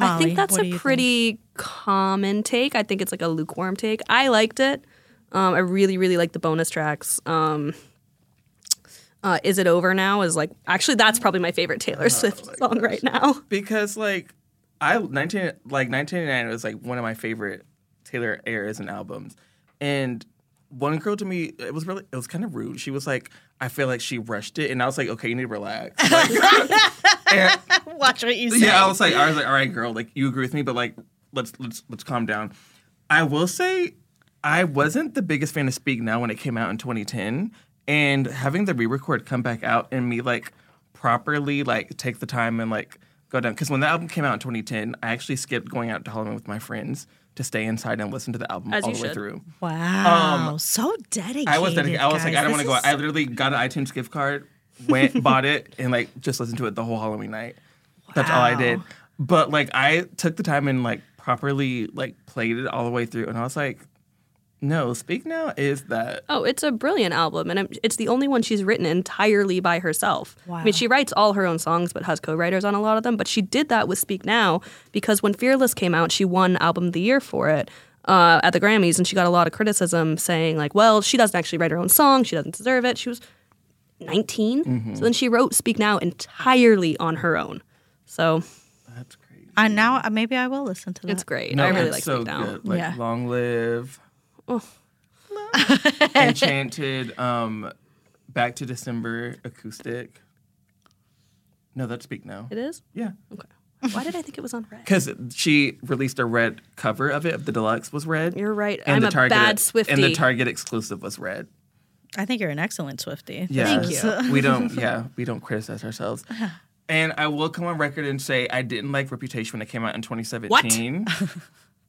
I Molly, think that's what do you a think? pretty common take. I think it's like a lukewarm take. I liked it. Um, I really, really like the bonus tracks. Um, uh, Is It Over Now is like, actually, that's probably my favorite Taylor Swift song right now. because like I nineteen like nineteen ninety nine was like one of my favorite Taylor eras and albums, and one girl to me it was really it was kind of rude. She was like, I feel like she rushed it, and I was like, okay, you need to relax. Like, and- Watch what you say. yeah, um, I was like, I was like, all right, girl, like you agree with me, but like let's let's let's calm down. I will say, I wasn't the biggest fan of Speak Now when it came out in 2010, and having the re-record come back out and me like properly like take the time and like go down because when the album came out in 2010, I actually skipped going out to Halloween with my friends to stay inside and listen to the album As all you the way should. through. Wow. so dedicated. I was dedicated. I was like, guys. I don't want This to go. out. is- I literally got an iTunes gift card, went, bought it, and like just listened to it the whole Halloween night. That's all I did. But like, I took the time and like properly like played it all the way through, and I was like, no, Speak Now is that. Oh, it's a brilliant album, and I'm- it's the only one she's written entirely by herself. I mean, she writes all her own songs, but has co-writers on a lot of them. But she did that with Speak Now because when Fearless came out, she won Album of the Year for it uh, at the Grammys, and she got a lot of criticism saying like, "Well, she doesn't actually write her own song; she doesn't deserve it." She was 19, so then she wrote Speak Now entirely on her own. So That's crazy. I now uh, maybe I will listen to that. it's great. I really it's like so Speak Now. good. Like Yeah. Long Live, Enchanted, um, Back to December acoustic. No, that's Speak Now. It is. Yeah. Okay. Why did I think it was on red? because she released a red cover of it. If the deluxe was red, You're right. I'm a bad Swiftie. And the Target exclusive was red. I think you're an excellent Swifty. Yeah, Thank you. we don't. Yeah, we don't criticize ourselves. And I will come on record and say I didn't like Reputation when it came out in 2017.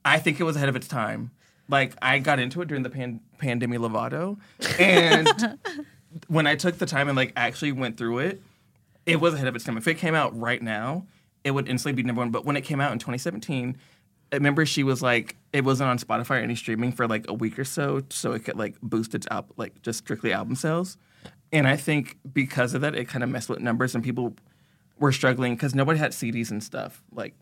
I think it was ahead of its time. Like I got into it during the pan- pandemic Lovato, and when I took the time and like actually went through it, it was ahead of its time. If it came out right now, it would instantly be number one. But when it came out in 2017, I remember she was like, it wasn't on Spotify or any streaming for like a week or so, so it could like boost its up like just strictly album sales. And I think because of that, it kind of messed with numbers and people were struggling because nobody had CDs and stuff. Like,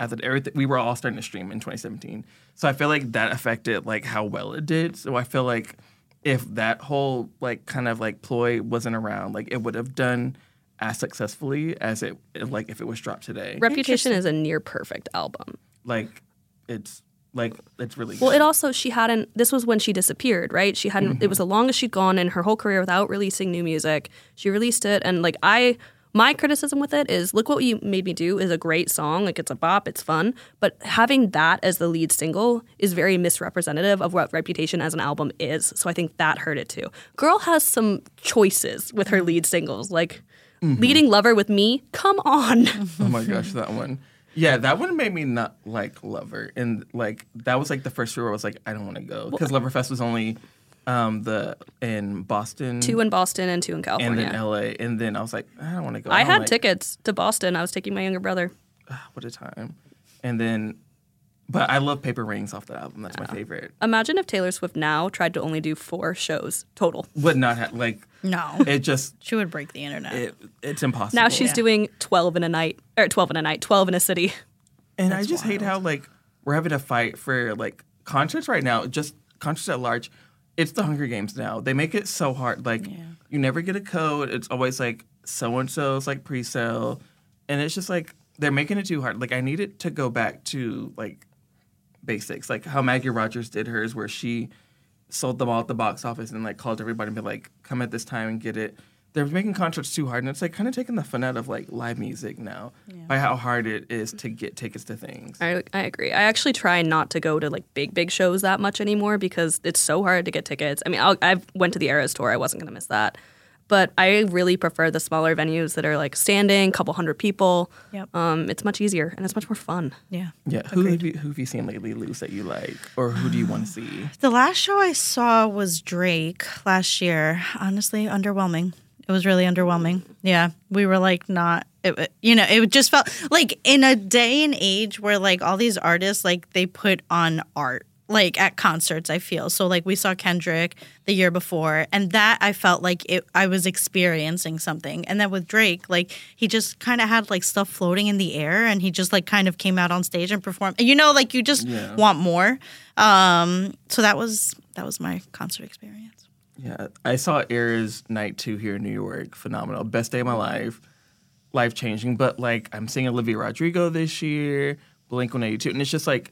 as it, everything, we were all starting to stream in 2017, so I feel like that affected like how well it did. So I feel like if that whole like kind of like ploy wasn't around, like it would have done as successfully as it like if it was dropped today. Reputation is a near perfect album. Like, it's like it's really Well, good. it also she hadn't. This was when she disappeared, right? She hadn't. It was the longest she'd gone in her whole career without releasing new music. She released it, and like I, My criticism with it is Look What You Made Me Do is a great song. Like it's a bop, it's fun. But having that as the lead single is very misrepresentative of what Reputation as an album is. So I think that hurt it too. Girl has some choices with her lead singles. Like Leading Lover with Me, come on. Oh my gosh, that one. Yeah, that one made me not like Lover, and like that was like the first year where I was like, I don't want to go because Loverfest was only um the in Boston, two in Boston and two in and California. then L.A. And then I was like, I don't want to go. I don't had like- tickets to Boston. I was taking my younger brother. What a time! And then, but I love Paper Rings off the album. That's my favorite. Imagine if Taylor Swift now tried to only do four shows total. Would not have like No, it. Just she would break the internet. it, it's impossible. Now she's doing 12 in a night, or 12 in a night, 12 in a city. And I just hate how like we're having a fight for like concerts right now, just concerts at large. It's the Hunger Games now. They make it so hard. Like you never get a code. It's always like so and so's like pre-sale, and it's just like they're making it too hard. Like I need it to go back to like basics, like how Maggie Rogers did hers, where she sold them all at the box office and like called everybody and be like, "Come at this time and get it." They're making concerts too hard, and it's like kind of taking the fun out of like live music now by how hard it is to get tickets to things. I, I agree. I actually try not to go to like big, big shows that much anymore because it's so hard to get tickets. I mean, I'll, I went to the Eras tour. I wasn't going to miss that. But I really prefer the smaller venues that are like standing, couple hundred people. Yep. Um, it's much easier and it's much more fun. yeah. Yeah, who have, you, who have you seen lately, Luce, that you like, or who do you want to see? The last show I saw was Drake last year. Honestly, underwhelming. It was really underwhelming. Yeah, we were like not. It, it- you know, it just felt like in a day and age where like all these artists like they put on art like at concerts. I feel so like we saw Kendrick the year before, and that I felt like it. I was experiencing something, and then with Drake, like he just kind of had like stuff floating in the air, and he just like kind of came out on stage and performed. You know, like you just want more. Um, so that was that was my concert experience. Yeah, I saw Era's Night 2 here in New York. Phenomenal. Best day of my life. Life changing. But like, I'm seeing Olivia Rodrigo this year, Blink 182. And it's just like,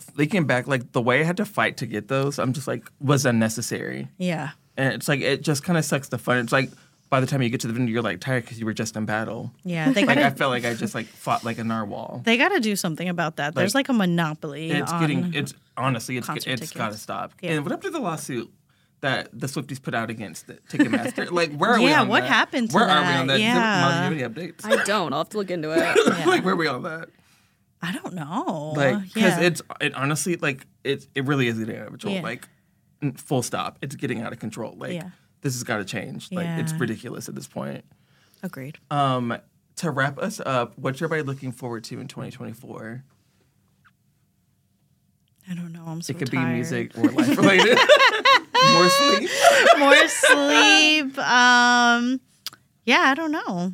thinking back, like, the way I had to fight to get those, I'm just like, was unnecessary. Yeah. And it's like, it just kind of sucks the fun. It's like, by the time you get to the venue, you're like tired because you were just in battle. Yeah, they Like, I gotta felt like I just like fought like a narwhal. they gotta do something about that. There's like a monopoly. It's on- getting, it's honestly, it's, concert it's tickets. got to stop. Yeah. And what happened to the lawsuit that the Swifties put out against the Ticketmaster? like, where are we Yeah, on what that? happened to Where are we on that? that? Does Yeah. anyone- Molly, do you have any updates? I don't. I'll have to look into it. like, where are we on that? I don't know. Like, because yeah. it's, it honestly, like, it, it really is getting out of control. Yeah. Like, n- full stop. It's getting out of control. Like, Yeah. this has got to change. Like, it's Yeah. ridiculous at this point. agreed. Um, to wrap us up, what's everybody looking forward to in 2024? I don't know. I'm so It could tired. be music or life related. More sleep. More sleep. Um, yeah, I don't know.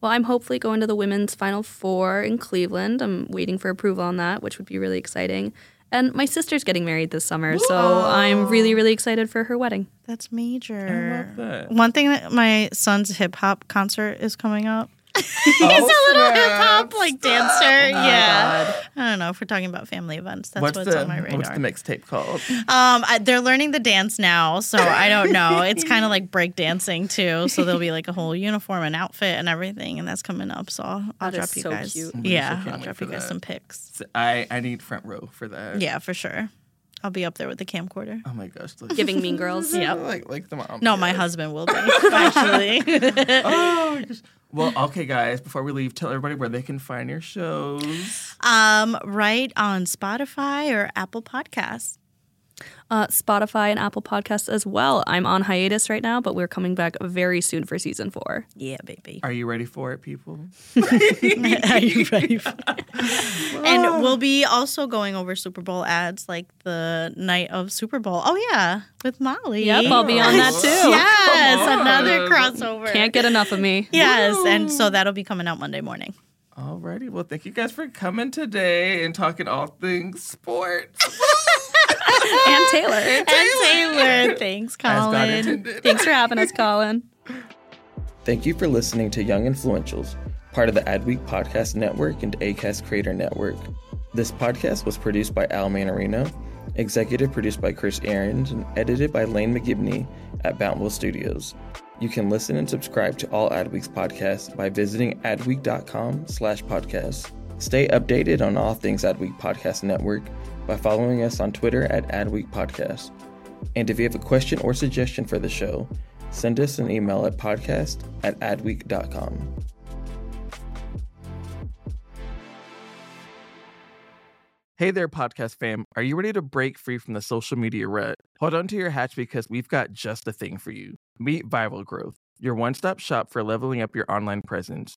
Well, I'm hopefully going to the women's final four in Cleveland. I'm waiting for approval on that, which would be really exciting. And my sister's getting married this summer, so I'm really, really excited for her wedding. That's major. that. One thing that my son's hip hop concert is coming up. Oh, He's A little hip hop like dancer. yeah. I don't know if we're talking about family events. That's Oh what's what's the on my radar. what's the mixtape called? Um, I, they're learning the dance now, so I don't know. It's kind of like break dancing too, so there'll be like a whole uniform and outfit and everything, and that's coming up. So I'll, I'll That is drop you so guys. cute. Yeah, can't I'll wait drop for you guys that. some pics. I I need front row for that. Yeah, for sure. I'll be up there with the camcorder. Oh my gosh. Like, Giving Mean Girls. Yep. Like like the mom. No, my husband will be actually. Oh, my gosh. well, okay, guys. Before we leave, tell everybody where they can find your shows. um, right on Spotify or Apple Podcasts. Uh, Spotify and Apple Podcasts as well. I'm on hiatus right now, but we're coming back very soon for season four. Yeah, baby. Are you ready for it, people? Are you ready? For and we'll be also going over Super Bowl ads like the night of Super Bowl. Oh yeah, with Molly. Yep, I'll be on that too. Yes, another crossover. Can't get enough of me. yes, and so that'll be coming out Monday morning. Alrighty. Well, thank you guys for coming today and talking all things sports. And Taylor. And Taylor, thanks, As God Colin. intended. Thanks for having us, Colin. Thank you for listening to Young Influentials, part of the Adweek Podcast Network and ACAST Creator Network. This podcast was produced by Al Manorino, executive produced by Chris Ahrens, and edited by Lane McGibney at Bountiful Studios. You can listen and subscribe to all Adweek's podcasts by visiting adweek.com slash podcasts. Stay updated on all things Adweek Podcast Network by following us on Twitter at Adweek Podcast. And if you have a question or suggestion for the show, send us an email at podcast at adweek.com. Hey there, podcast fam. Are you ready to break free from the social media rut? Hold on to your hatch because we've got just the thing for you. Meet Viral Growth, your one stop shop for leveling up your online presence.